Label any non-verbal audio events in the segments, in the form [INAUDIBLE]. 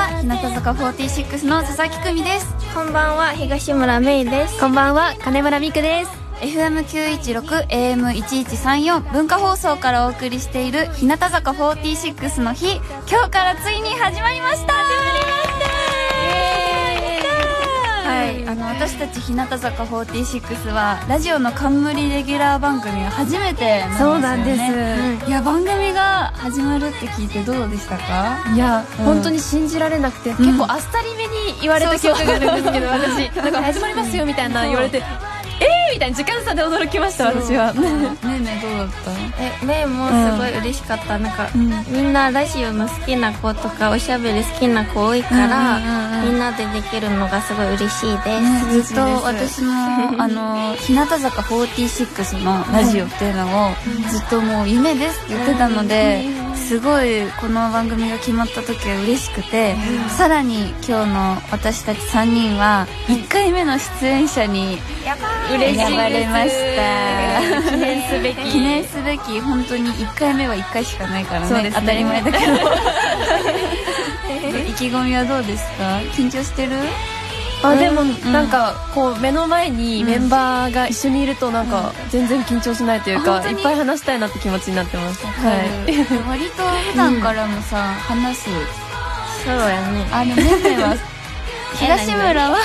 阪46の佐々木久美ですこんばんは、東村芽衣です。こんばんは、金村美久です。 FM916 AM1134 文化放送からお送りしている日向坂46の日今日からついに始まりましたはいあの私たち日向坂46はラジオの冠レギュラー番組が初めてなんですよねそうなんですいや番組が始まるって聞いてどうでしたかいや、うん本当に信じられなくて、結構あっさりめに言われた記憶があるんですけど、私、なんか始まりますよみたいな言われて、えーみたいな時間差で驚きました、私は。ねえねえどうだったえ、めいもすごい嬉しかった。なんか、みんなラジオの好きな子とか、おしゃべり好きな子多いから、うんうんうんうんみんなでできるのがすごい嬉しいです。ねずっと私もあの日向坂46のラジオっていうのをずっともう夢ですって言ってたので、すごいこの番組が決まった時は嬉しくて、さらに今日の私たち3人は1回目の出演者に嬉しいです選ばれました記念すべ記念すべき本当に1回目は1回しかないからそうねですね当たり前だけど意気込みはどうですか緊張してるあでも、うんなんかこう目の前にメンバーが一緒にいるとなんか全然緊張しないというあか、本当いにっぱい話したいなって気持ちになってますはい割と普段からもさ、話すそうやね。あのねねは東村は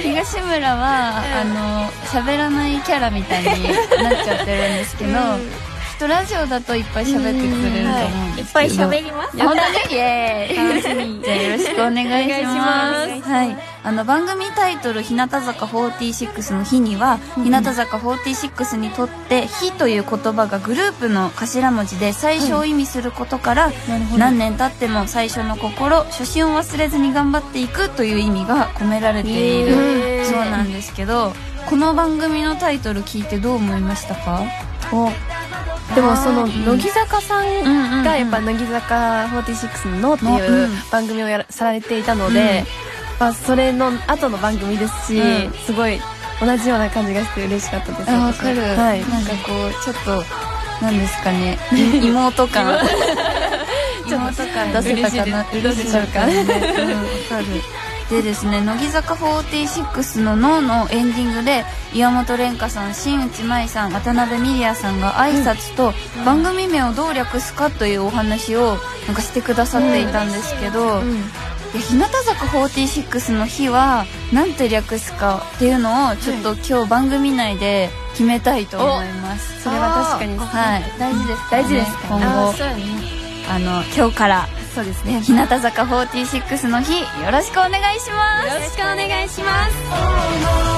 東村は、あの喋らないキャラみたいになっちゃってるんですけど、きっとラジオだといっぱい喋ってくれると思うんいっですけど、ぱい喋ります。本当にイエーイじゃあよろしくお願いしますお願いしますはい、あの番組タイトル「日向坂46の日」には日向坂46にとって「日」という言葉がグループの頭文字で最初を意味することから、なるほど何年経っても最初の心初心を忘れずに頑張っていくという意味が込められている、へーそうなんですけどこの番組のタイトル聞いてどう思いましたかでもそのうん乃木坂さうんうんうんんがやっぱ乃木坂46の「の」ってのいううん番組をやらされていたので、まあ、それの後の番組ですし、うんすごい同じような感じがして嬉しかったですあわかる、はい、なんかこうちょっとなんですか [LAUGHS] ねい妹感 [LAUGHS] ちょっと出せたかな嬉し嬉いですしいかなねうんわかるでですね乃木坂46の「NO」のエンディングで岩本蓮香さん新内舞さん渡辺美里也さんが挨拶と番組名をどう略すかというお話をなんかしてくださっていたんですけど、いや日向坂46の日はなんて略すかっていうのをちょっと今日番組内で決めたいと思います、それは確かにはい大事ですからね大事ですか今後そうやね。あの今日からそうですねね日向坂46の日よろしくお願いしますよろしくお願いします。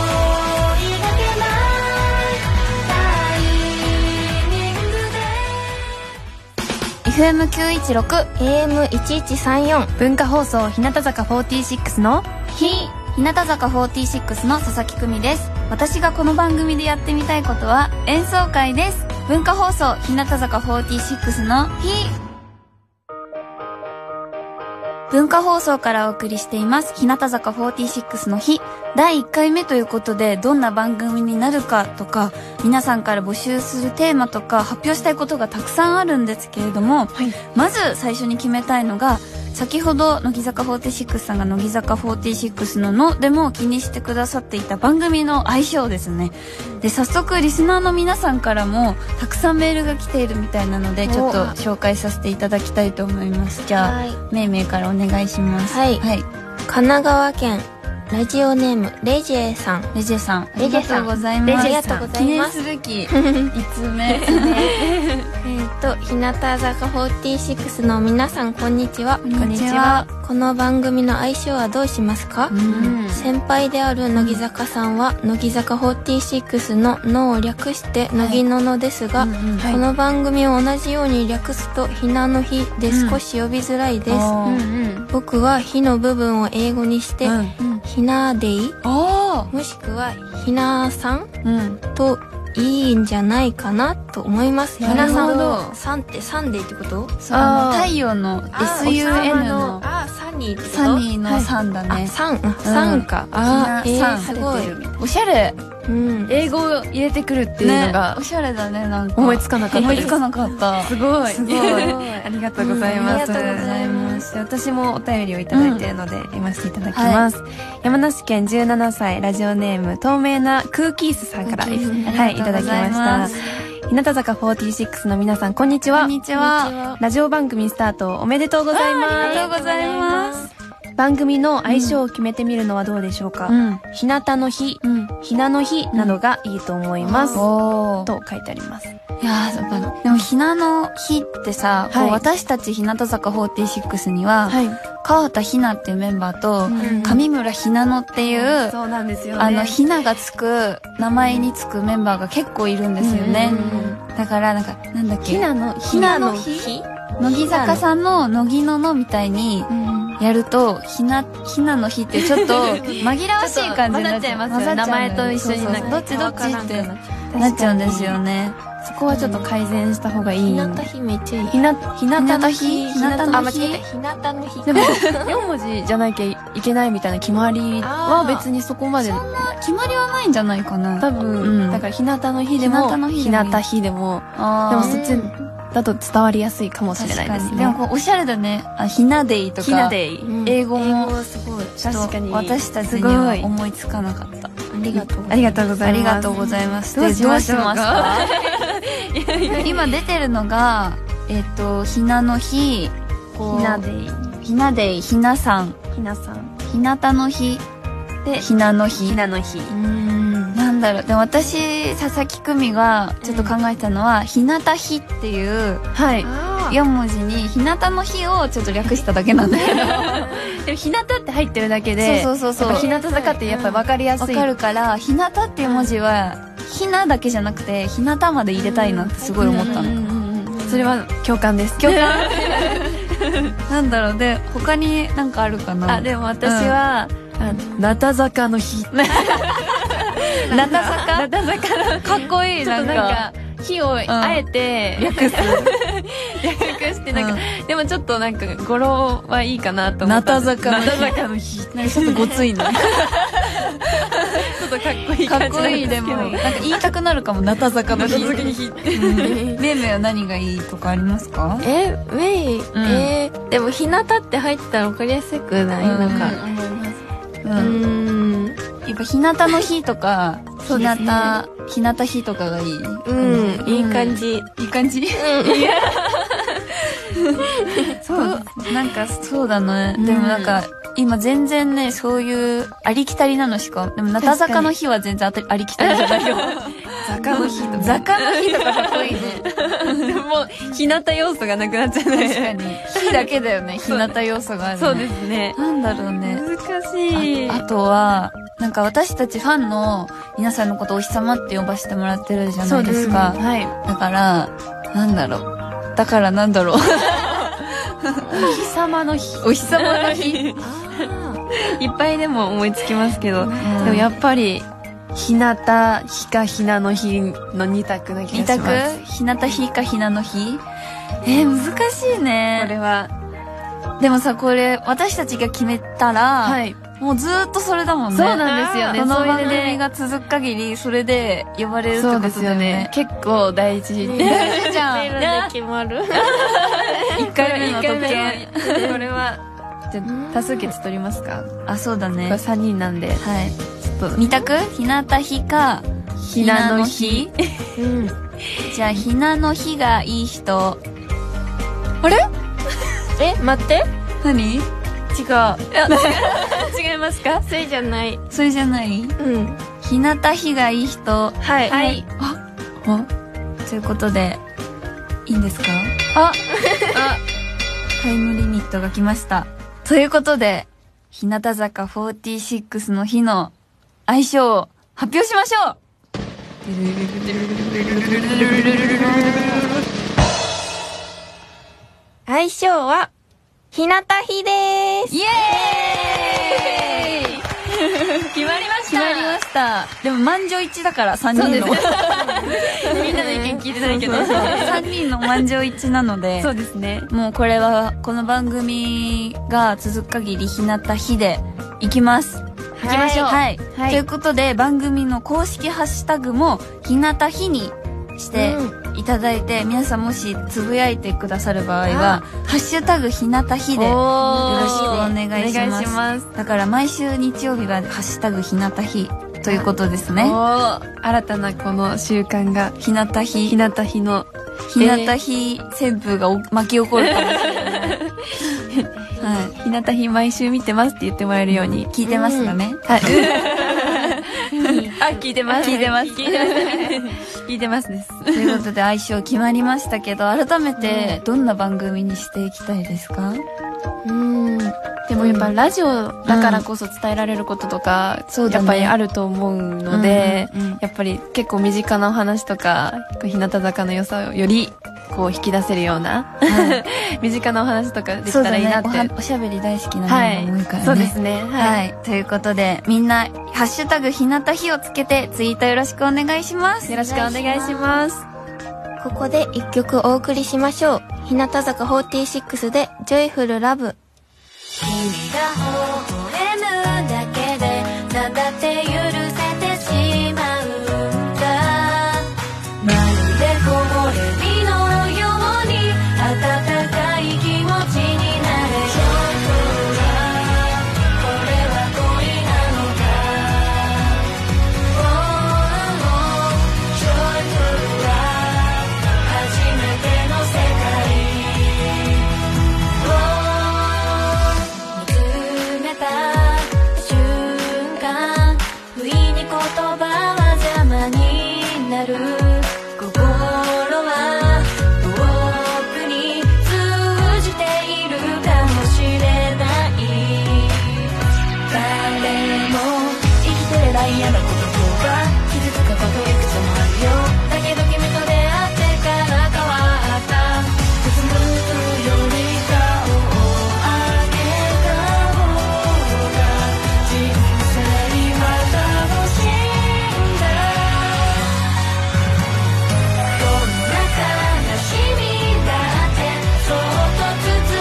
FM916 AM1134。文化放送日向坂46の日日向坂46の佐々木久美です私がこの番組でやってみたいことは演奏会です文化放送日向坂46の日文化放送からお送りしています日向坂46の日第1回目ということでどんな番組になるかとか皆さんから募集するテーマとか発表したいことがたくさんあるんですけれども、はいまず最初に決めたいのが先ほど乃木坂46さんが乃木坂46の「の」でも気にしてくださっていた番組の相性ですねで早速リスナーの皆さんからもたくさんメールが来ているみたいなのでちょっと紹介させていただきたいと思いますじゃあ、はいめいめいからお願いしますはいはい、神奈川県、ラジオネーム、レジェさん。レジェさんあレりジがェさとんうございますレジェさん記念すべき5つ目えっ、と日向坂46の皆さんこんにちはこんにちはこの番組の相性はどうしますか、ん先輩である乃木坂さんは乃木坂46の「の」を略して「乃木のの」ですが、うんうんはいこの番組を同じように略すと「ひなの日」で少し呼びづらいです、あー僕は「日」の部分を英語にしてうん「ひなでいあ」もしくは「ひなさん」ーうんといいんじゃないかなと思います。な皆るさほどん、サンってサンデーってことそうあのあー太陽の SUN のあ、サニーってことサニーの3だあ、ねサン、あサンか。ああ、ー、えー、さんすごい。おしゃれうん英語を入れてくるっていうのがおしゃれだねなんか思いつかなかった思いでつすかなかったすごいすごい [LAUGHS] ありがとうございます、うんありがとうございます私もお便りをいただいているので、読ませていただきます、山梨県17歳ラジオネーム透明なクーキースさんからクーキースはいあいりがとたうごだきまざいしまたす日向坂46の皆さんこんにちはこんにちはラジオ番組スタートおめでとうございありがまとうございますす番組の相性を決めてみるのはどうでしょうか、ん日向の日、うんひなの日などがいいと思います、おーと書いてありますいやーやっぱでもひなの日ってさ、こうはい私たち日向坂46には、い川田ひなっていうメンバーと、ん上村ひなのっていう、そうなんですよねあの、ひながつく、名前につくメンバーが結構いるんですよね。だから、なんか、なんだっけ。のひなの日乃木坂さんの乃木ののみたいに、やると、ひな、ひなの日ってちょっ [LAUGHS] と、紛らわしい感じになっちゃちょっと混ざっう。ちゃいますよね混ざっちゃうのよ名前と一緒にそうそうなんかどっちどっちわっからんくてなっちゃうんですよね。そこはちょっと改善した方がいいひなたひめっちゃいいひなひなたの日ひなたの日ああ間間違違えたひなたの日 [LAUGHS] でも4 [LAUGHS] 文字じゃなきゃいけないみたいな決まりあはー別にそこまで決まりはないんじゃないかな。多分、うんだから日向の日でも日向の日でもいい日向日でもであーもそっちだと伝わりやすいかもしれ確なかいですに。ねでも、こう、おしゃれだね。あ、ひなデイとか。ひなでいうん英語も。すごいちょっと確かに私たちにすごはい思いつかなかった。ありがとうありがとうござあいますりがとうございます。どうしましょうかでどうし [LAUGHS] ますか今出てるのが、えっ、と、ひなの日、こうひなでいひなでい、ひなさん、ひなさんひなたの日、でひなの日。なの日うんなんだろう、でも私、佐々木久美がちょっと考えたのは、ひなた日っていうはいあ4文字に、ひなたの日をちょっと略しただけなんだけど。でも日向って入ってるだけでそうそうそうやっぱそ日う。向坂ってやっぱ分かりやすわいかるから、ひなたっていう文字は、ひなだけじゃなくて、ひなたまで入れたいなってすごい思ったの。それは共感です共感なんだろうで他になんかあるかなあでも私は、あのなた坂の [LAUGHS] 日なた坂なた坂かっこいいちょなっとんかなんか火をあえて、 [LAUGHS] 略す略してなんか、でもちょっとなんか語呂はいいかなと思っなたた坂のな日た坂の日ちなんかちょっとごついなょっとかっこいいか感っじこいいでもなんか言いたくなるかもなた坂の [LAUGHS] 日めの日っていめいは何がいいとかありますかえメイ、んえーでも日向って入ってたら分かりやすくない、うんなんかううんんやっぱ日向の日とか日うですね向日向日とかがいいうん、いい感じいい感じそうなんかそうだね、でもなんか今全然ねそういうありきたりなのしかでもなた坂の日は全然あたありきたりじゃないよ坂の日とか坂の日とかかっこいいねでも日向要素がなくなっちゃう確ねかに日だけだよね日向要素がある、ね、そうですねなんだろうね [LAUGHS] 難しいああとはなんか私たちファンの皆さんのことをお日様って呼ばせてもらってるじゃないですかはいだからなんだろうだからなんだろう [LAUGHS] お日様の日お日様の日、いっぱいでも思いつきますけど、んでもやっぱり日向日か日なの日の二択な気二がし択ます日向日か日なの日えー、難しいこれね。はでもさ、これ、私たちが決めたら、はいもうずーっとそれだもんね。そうなんですよねこのそれ番でね組が続く限り、それで呼ばれるってそうこでとすだよよねね。結構大事大事じゃん。色ねで決まる一回目の一特回目権。これはじゃあ多数決取りますかこあ、そうだれね。 3人なんではい。ちょっと二択日向日か、ひなの日うんじゃあ、ひなの日がいい人。あれえ待って何違う違いますかそれじゃないそれじゃないうん日向日がいいは人。いはい。あということで、いいんですかああタイムリミットが来ました。ということで、日向坂46の日の愛称を発表しましょう相性は日向日ですイエーイ [LAUGHS] 決まりまし決まりました。でも満場一致だから、3人の。みんなの意見聞いてないけど [LAUGHS] 3人の満場一致なので。そうですねもうこれはこの番組が続く限り日向日で行きます。きましょう。はい、はいということで番組の公式ハッシュタグも日向日にしていただいて、皆さんもしつぶやいてくださる場合は「ハッシュタグ日向日」でよろしくお願いしお願まいしすます。だから毎週日曜日は「ハッシュタグ日向日」ということですねお新たなこの習慣が、日向日日向日の、日向日旋風がお巻き起こるかもしれないはい日向日毎週見てますって言ってもらえるように。聞いてますかね、はい。あ、聞いてます。聞いてます。聞いてます。聞いてますです。ということで相性決まりましたけど改めてどんな番組にしていきたいですかうん。 [LAUGHS] でもやっぱラジオだからこそ伝えられることとか、そうだやっねぱりあると思うので、うんうんうんやっぱり結構身近なお話とか、こう日向坂の良さをより、こう引き出せるような、 [LAUGHS] 身近なお話とかできそうただらいいねなっおて。はおしゃべり大好きなは人が多いからね、そうですね。はい。はい、ということでみんな「ハッシュタグひなたひ」をつけてツイートよろしくお願いしますよろしくお願いします。ここで一曲お送りしましょう。日向坂46でジョイフルラブ。君が微笑むだけでなんだって許せてしまうんだまるで木漏れ日のように温かい気持ちになれ [LAUGHS] ちょっとこれは恋なのか Oh, oh, ちょっと初めての世界を見つめた瞬間不意に言葉は邪魔になる心は遠くに通じているかもしれない誰も生きてりゃ嫌なこととか傷つくこといくつもあるよだけど君と出会ってから変わったうつむくより顔を上げた方が人生は楽しいんだどんな悲しみだってそっと包み込んであげようしまうよわけなんか言わなくても全てを分かっ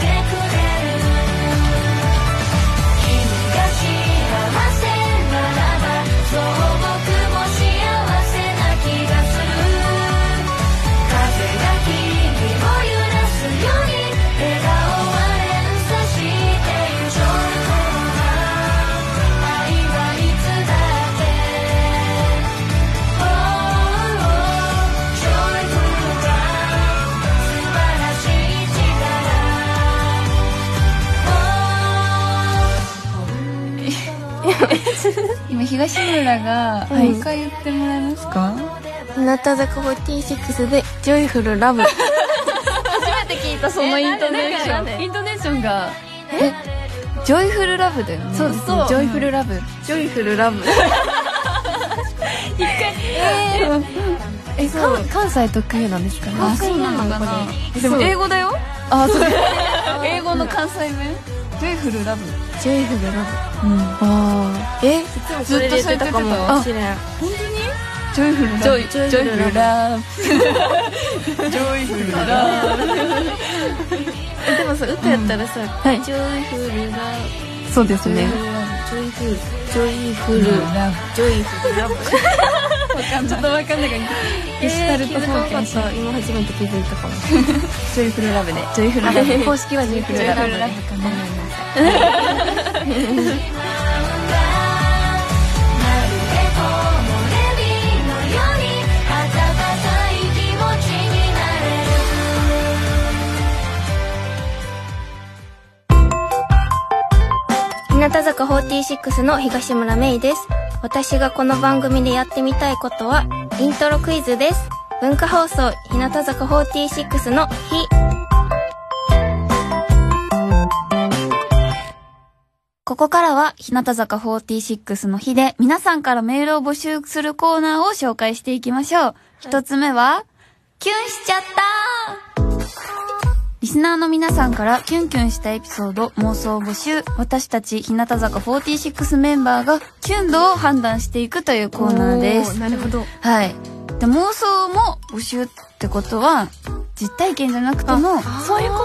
てくれる君が幸せならばそう僕も幸せな気がする風が君を揺らすように笑顔は連鎖してゆく情報は愛はいつだっておー Joyful は素晴らしい今東村がもう一回言ってもらえますか、日向坂46でジョイフルラブ。そのイントネーション。イントネーションが、ジョイフルラブだよねそうですね。ジョイフルラブ。ジョイフル [LAUGHS] ラブ。え、関関西特有なんですかね。あそうなのかなでも英語だよあ、そうです。英語の関西弁ジョイフルラブジョイフルラあブ。えずっとそれ言ってたあれん。ジョイフルラーブジョイ、ジョイフルラブ。えでもさ、歌やったらさ、いジョイフルラそうですね。ブ。ジョイフル。ジョイフル。ジョイフルラブ。ちょっとわかんないから、えゲシュタール気トづか貢なか献っした。た。今初めて気づいたかも。ジョイフルラブで。ジョイフルラブ。公式はジョイフルラブ。かな「まるで木漏れ日のように温かい気持ちになれちょっとは初めての世界を」日向坂46の東村芽衣です。私がこの番組でやってみたいことは、イントロクイズです。文化放送、日向坂46の日。ここからは日向坂46の日で皆さんからメールを募集するコーナーを紹介していきましょう。一つ目は、キュンしちゃったリスナーの皆さんからキュンキュンしたエピソード、妄想を募集、私たち日向坂46メンバーがキュン度を判断していくというコーナーです。なるほど。はい。で妄想も募集ってことは実体験じゃなくてもそういうこ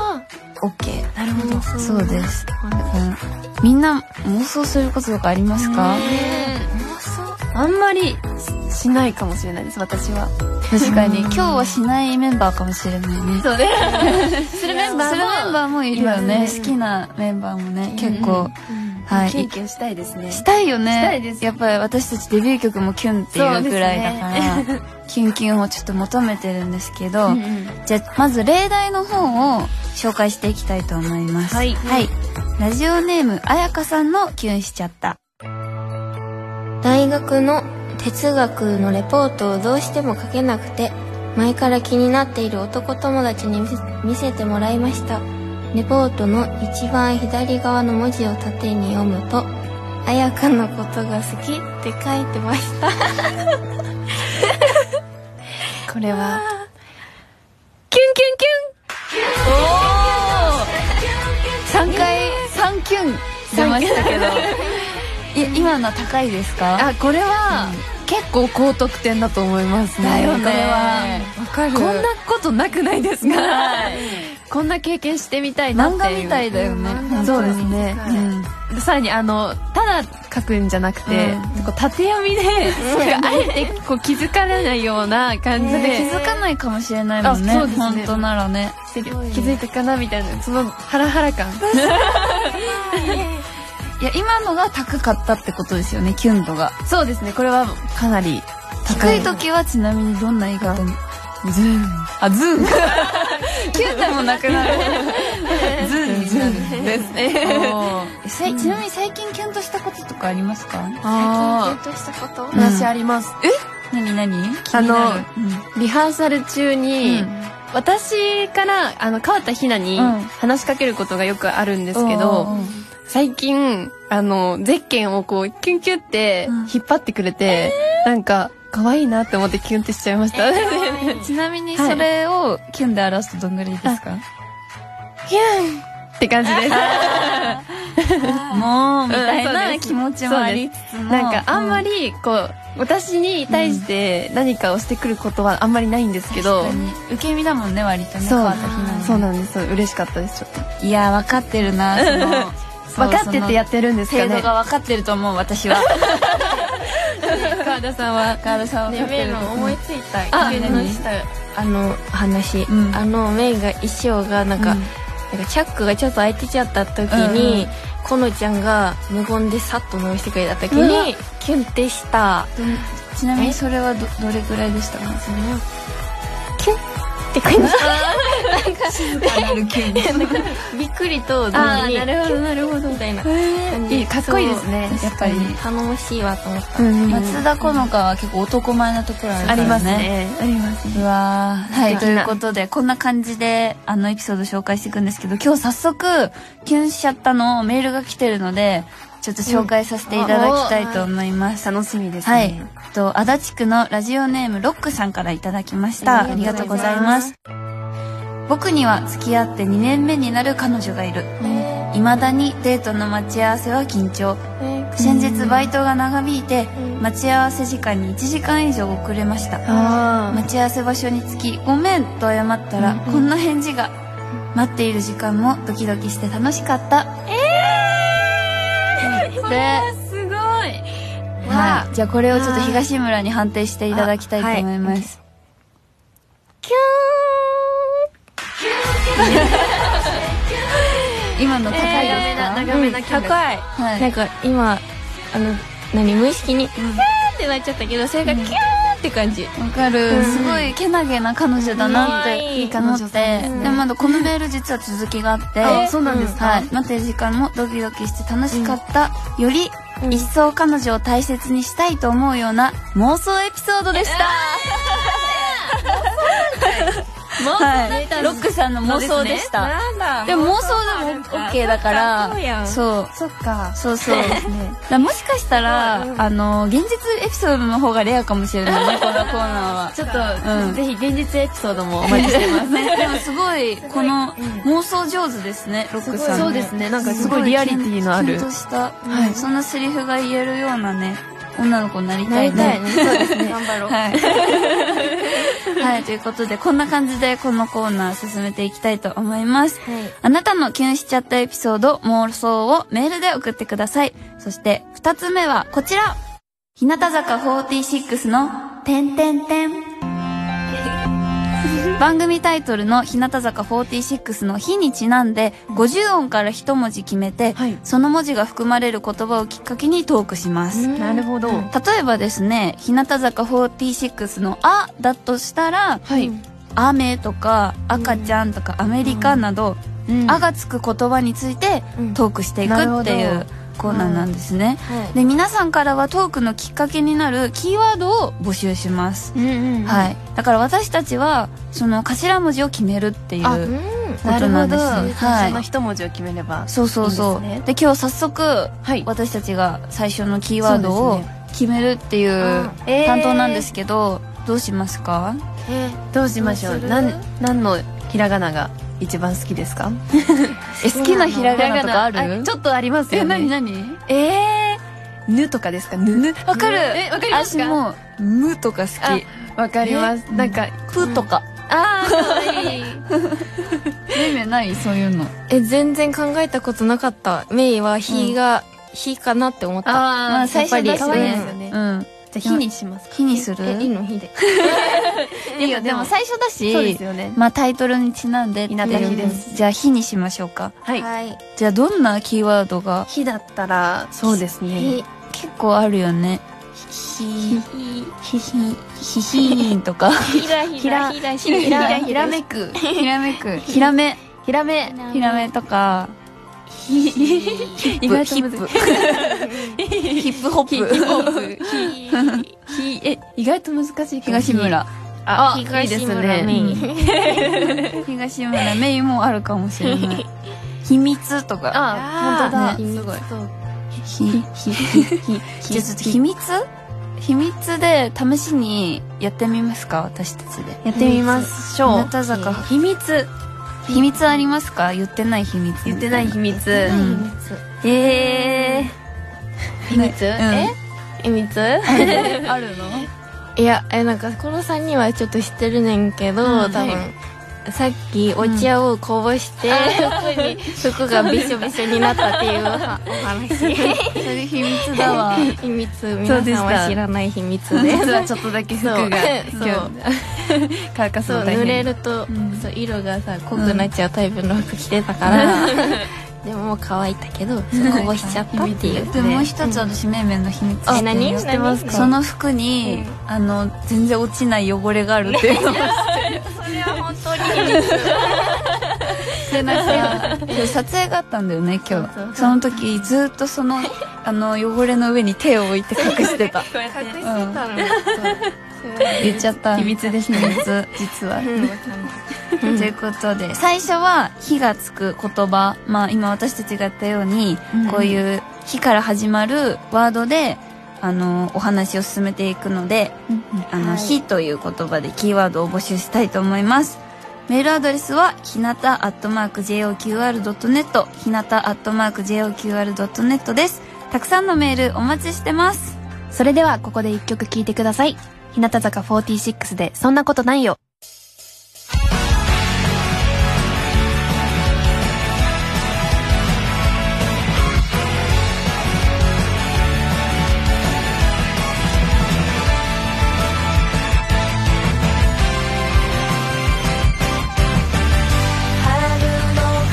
OK なるほどそうです、うんみんな妄想することとかありますかあんまりしないかもしれないです私は確かに今日はしないメンバーかもしれないねそうねするメンバーするメンバーもいるよね好きなメンバーもね結構はいキュンキュンしたいですねしたいよねしたいですやっぱり私たちデビュー曲もキュンっていうくらいだから、キュンキュンをちょっと求めてるんですけど、じゃあまず例題の方を紹介していきたいと思いますはいラジオネームあやかさんのキュンしちゃった大学の哲学のレポートをどうしても書けなくて前から気になっている男友達に見せ見せてもらいましたレポートの一番左側の文字を縦に読むと「綾香のことが好き」って書いてましたこれはキュンキュンキ3回3キュン出ましたけどい今のは高いですかあこれは、結構高得点だと思いますねだよねこれはわかるこんなことなくないですか、こんな経験してみたいなっ漫画ていうみたいだよね、本そ当うにですね、うんうんさらにあのただ書くんじゃなくて、こう縦読みで、 [LAUGHS] あえてこう気づかれないような感じで、気づかないかもしれないもんねあそうですね本当ならね気づいたかなみたいなそのハラハラ感いや今のが高かったってことですよねキュン度がそうですねこれはかなり高低いい時はちなみにどんな言い方にズーンあズ [LAUGHS] ーンキュンでもなくな [LAUGHS] るズーンズーンですねさいちなみに最近キュンとしたこととかありますか [LAUGHS] あとしたことあ [LAUGHS] 話あります、何何あのうんリハーサル中に、うん私からあの川田ひなにうん話しかけることがよくあるんですけおど、うおうおう最近あのゼッケンをこうキュンキュンってうん引っ張ってくれて、なんか可愛いなって思ってキュンってしちゃいました、ちなみにそれをキュンで表すとどんぐらいです [LAUGHS] かって感じですもうみたいうんそうなです気持ちもありつつもなんかあんまりりこう私に対して何かをしてくることはあんまりないんですけど、受け身だもんね割とねそう川田ひなのそうなんです嬉しかったですちょっといや分かってるなそのそう分かっててやってるんですか程度ねが分かってると思う私 [LAUGHS] は川田さんはガールさんは分かってると思ういついたあ急に何したあの話、んあのメイが衣装がなんか、うんなんかチャックがちょっと開いてちゃった時に、このちゃんが無言でさっと飲みしてくれた時うわにキュンってしたちなみにそれはどどれくらいで [LAUGHS] したかキュンって感じびっくりと同時にるほどなるほどみたいなえいいかっこいいですねやっぱり頼もしいわと思った松田好花は結構男前なところあるかあらねりますねありますうわーはい素と敵いなうことでこんな感じであのエピソード紹介していくんですけど今日早速キュンしちゃったのメールが来てるのでちょっと紹介させていただきたいと思います、楽しみですねはい。えっと、足立区のラジオネームロックさんからいただきました。ありがとうございます。僕には付き合って2年目になる彼女がいる。未だにデートの待ち合わせは緊張。先日バイトが長引いて、待ち合わせ時間に1時間以上遅れました。あ待ち合わせ場所につき「ごめん」と謝ったら、こんな返事が待っている時間もドキドキして楽しかったええー、これはすごいはいじゃあこれをちょっと東村に判定していただきたいと思います、 [LAUGHS] 今の高いですか、長めなキャラ高いはいなんか今あの何無意識にキューってなっちゃったけどそれがキューって感じわかる、すごいけなげな彼女だなってうんいい思って、でまだこのメール実は続きがあって、あそうなんですかはい、待ってる時間もドキドキして楽しかった、より一層彼女を大切にしたいと思うような妄想エピソードでした、はい、ロックさんの妄想でしたなんでも妄想でも OK だかそうやらんそうそっかそうそうですね。だからもしかしたら、あの、現実エピソードの方がレアかもしれないね、このコーナーは。ちょっと、ぜひ現実エピソードもお待ちしてます。でもすごい、この妄想上手ですね、ロックさん。[LAUGHS] そうですねなんかすごいリアリティのあキュンるとした、そんなセリフが言えるようなね、女の子になりなたりいたいね。ね。そうですね。頑張ろう。はい。はい、ということで、こんな感じでこのコーナー進めていきたいと思います。はいあなたのキュンしちゃったエピソード、妄想をメールで送ってください。そして、二つ目はこちら。日向坂46の、てんてんてん。番組タイトルの日向坂46の日にちなんで、50音から一文字決めて、はいその文字が含まれる言葉をきっかけにトークします。なるほど。例えばですね、日向坂46のあだとしたら、はい。雨とか赤ちゃんとかアメリカなど、うんあがつく言葉についてうんトークしていくっていなるほうコーナーなんですね。はい。で、皆さんからはトークのきっかけになるキーワードを募集します。うんうん。はい。だから私たちは、その頭文字を決めるっていうこあとななるほんでど。すよ。はそのい。一文字を決めれば。そうそうそう。いいんでです今日早速、はい。私たちが最初のキーワードそうをです決めるっていうえー担当なんですけど、どうしますかえどうしましょどう。うするなん、何のひらがなが一番好きです [LAUGHS] かえ、好きなひらがなとかあひらがなるちょっとありますよね。何ええー、ぬとかですかぬ。わかるえ、わかります私かも、むとか好き。わかります。なんか、ぷとか。あめめないそういうの。え、全然考えたことなかった。メイは日が、日かなって思った。まああー、最初やっぱり可愛いですよね。じゃうん。あ、火にしますか。火にするえ、いいの日で。いいよ、でも最初だそうでしす、よね。まあタイトルにちなんでって日向いう日で。ですじゃあ火にしましょうか。はい。はい。じゃあどんなキーワードが火だったら、そうですね。日、結構あるよね。ひ、ひ、ひ、ひ、ひ、ひんとか。ひらひらひらひらひら、ひらめく。ひらめく。ひらめ。ひらめ。ひらめとか。意外とヒ難ッしプい。ヒップホップ。ひ、え、意外と難しいかも東。村。あ、いいで東す村メね。イ。 [LAUGHS] 東村メイもあるかもしれない。秘密とか。あ、あー本当だ。すごい。ひ、ひ、ひ、ひ、じゃあちょっと秘密秘密で試しにやってみますか私たちで。やってみましょ日う。向坂。秘密。秘密ありますか言ってない秘密。言ってない秘密。うん。えー。秘密え秘密 [LAUGHS] あるのいや、え、なんか、この3人はちょっと知ってるねんけど、多分、さっき、お茶をこぼして、服に、服がびしょびしょになったっていうおはお話。それ秘密だわ。秘密、そう皆でしたさんは知らない秘密です。実はちょっとだけ服が [LAUGHS] そう今そう日乾かすそうの大濡れ変ると、んそう色がさ濃くなっちゃうタイプの服着てたから、 [LAUGHS] でももう乾いたけどそうこぼしちゃったって [LAUGHS] いうでももう一つ私、めいめいの秘密。え何知ってますかその服に、あの、全然落ちない汚れがあるっていうのも。それは本当に。で、なんか、撮影があったんだよね、今日。その時、ずっとその、あの、汚れの上に手を置いて隠してた。隠してたのの、言っちゃった。秘密ですね秘密実は。ということで、最初は火がつく言葉。まあ今私たちがやったように、こういう火から始まるワードで、あの、お話を進めていくので、あの、火という言葉でキーワードを募集したいと思います。メールアドレスは、ひなた .joqr.net、ひなた .joqr.net です。たくさんのメールお待ちしてます。それではここで一曲聴いてください日向坂46でそんなことないよ春の風が海に吹いて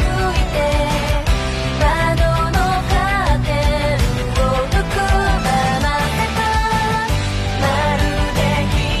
窓のカーテンを抜くままではまだ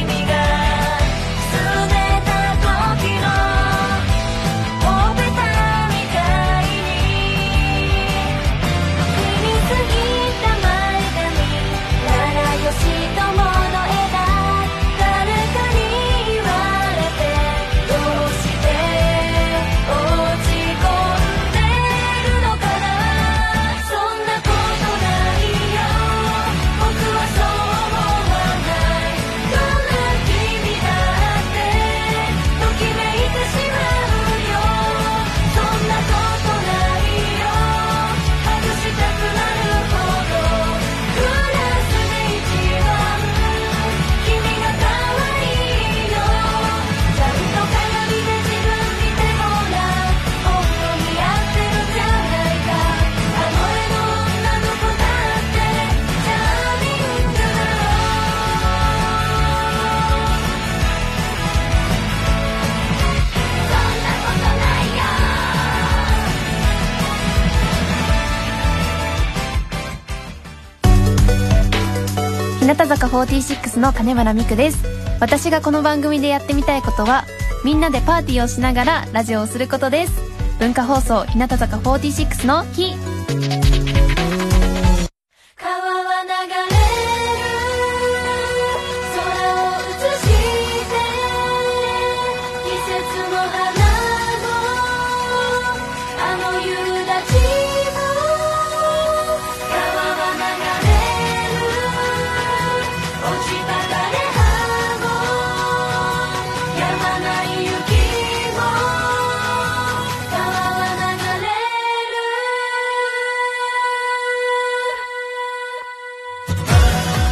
向坂46の金村美玖です私がこの番組でやってみたいことはみんなでパーティーをしながらラジオをすることです文化放送日向坂46の「日川は流れる空を映して季節の花のあの夕立も川は流れる落ち葉枯れ葉もやまない雪も川は流れる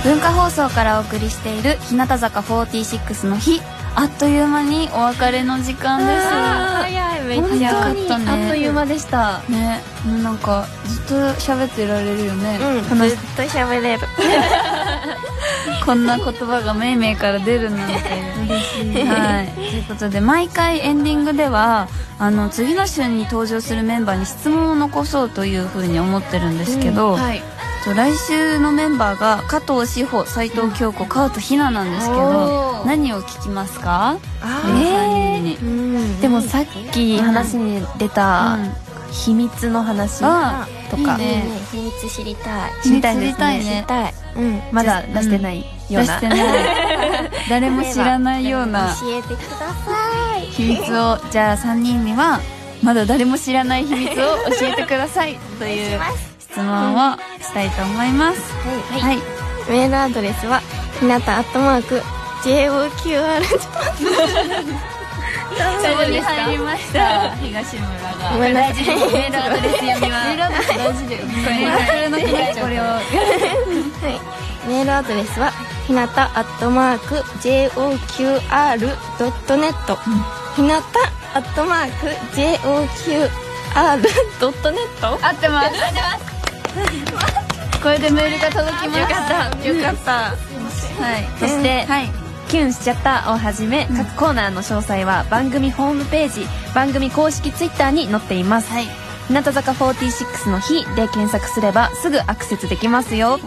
文化放送からお送りしている日向坂46の日あっという間にお別れの時間で早いめっちゃ本当にあっという間でしたすねなんかずっと喋ってられるよね、うん、ずっと喋れる。こんな言葉がめいめいから出るなんてはい、ということで毎回エンディングではあの次の週に登場するメンバーに質問を残そうというふうに思ってるんですけど、はいと来週のメンバーが加藤志保斎藤京子川とひななんですけおどー何を聞きますかえ皆さんにー、でもさっき話に出うたん秘密の話あとかいいね秘密知りたい。知りたいで知りすねたい知りねたい。うん。まだ出してないよ出うしなてない [LAUGHS] 誰も知らないような教えてください。秘密をじゃあ3人にはまだ誰も知らない秘密を教えてくださ [LAUGHS] いという質問をしたいと思いますはい。はい、メールアドレスは、ひなたアットマーク、JOQR そこに入りました東村がごめんなさい。メールアドレス読みはメールアドレス大事だよこれの記念これをはい、メールアドレスはひなたアットマーク JOQR.net、ひなたアットマーク JOQR.net 合ってます合ってますこれでメールが届きましたよかったよかったはいそしてはいキュンしちゃったをはじめ各コーナーの詳細は番組ホームページ番組公式ツイッターに載っています、はい日向坂46の日で検索すればすぐアクセスできますよ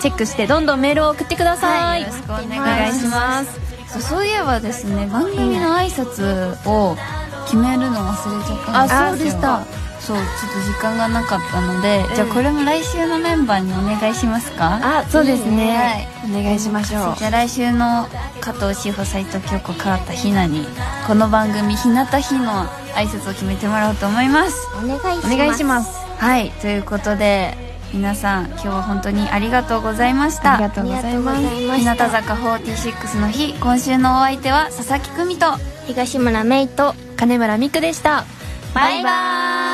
チェックしてどんどんメールを送ってくださ、はいいよろしくおお願願いいししますますそうそういえばですね番組の挨拶を決めるの忘れちゃったんあそうでしたそうちょっと時間がなかったので、じゃあこれも来週のメンバーにお願いしますかあそうですね、お願いしましょうじゃあ来週の加藤志保斎藤京子川田ひなにこの番組「ひなたひ」の挨拶を決めてもらおうと思いますお願いしますお願いしますはいということで皆さん今日は本当にありがとうございましたありがとあうりごがざいとうごまざすいま日し向た坂46の日今週のお相手は佐々木久美と東村芽衣と金村美玖でしたバイバイ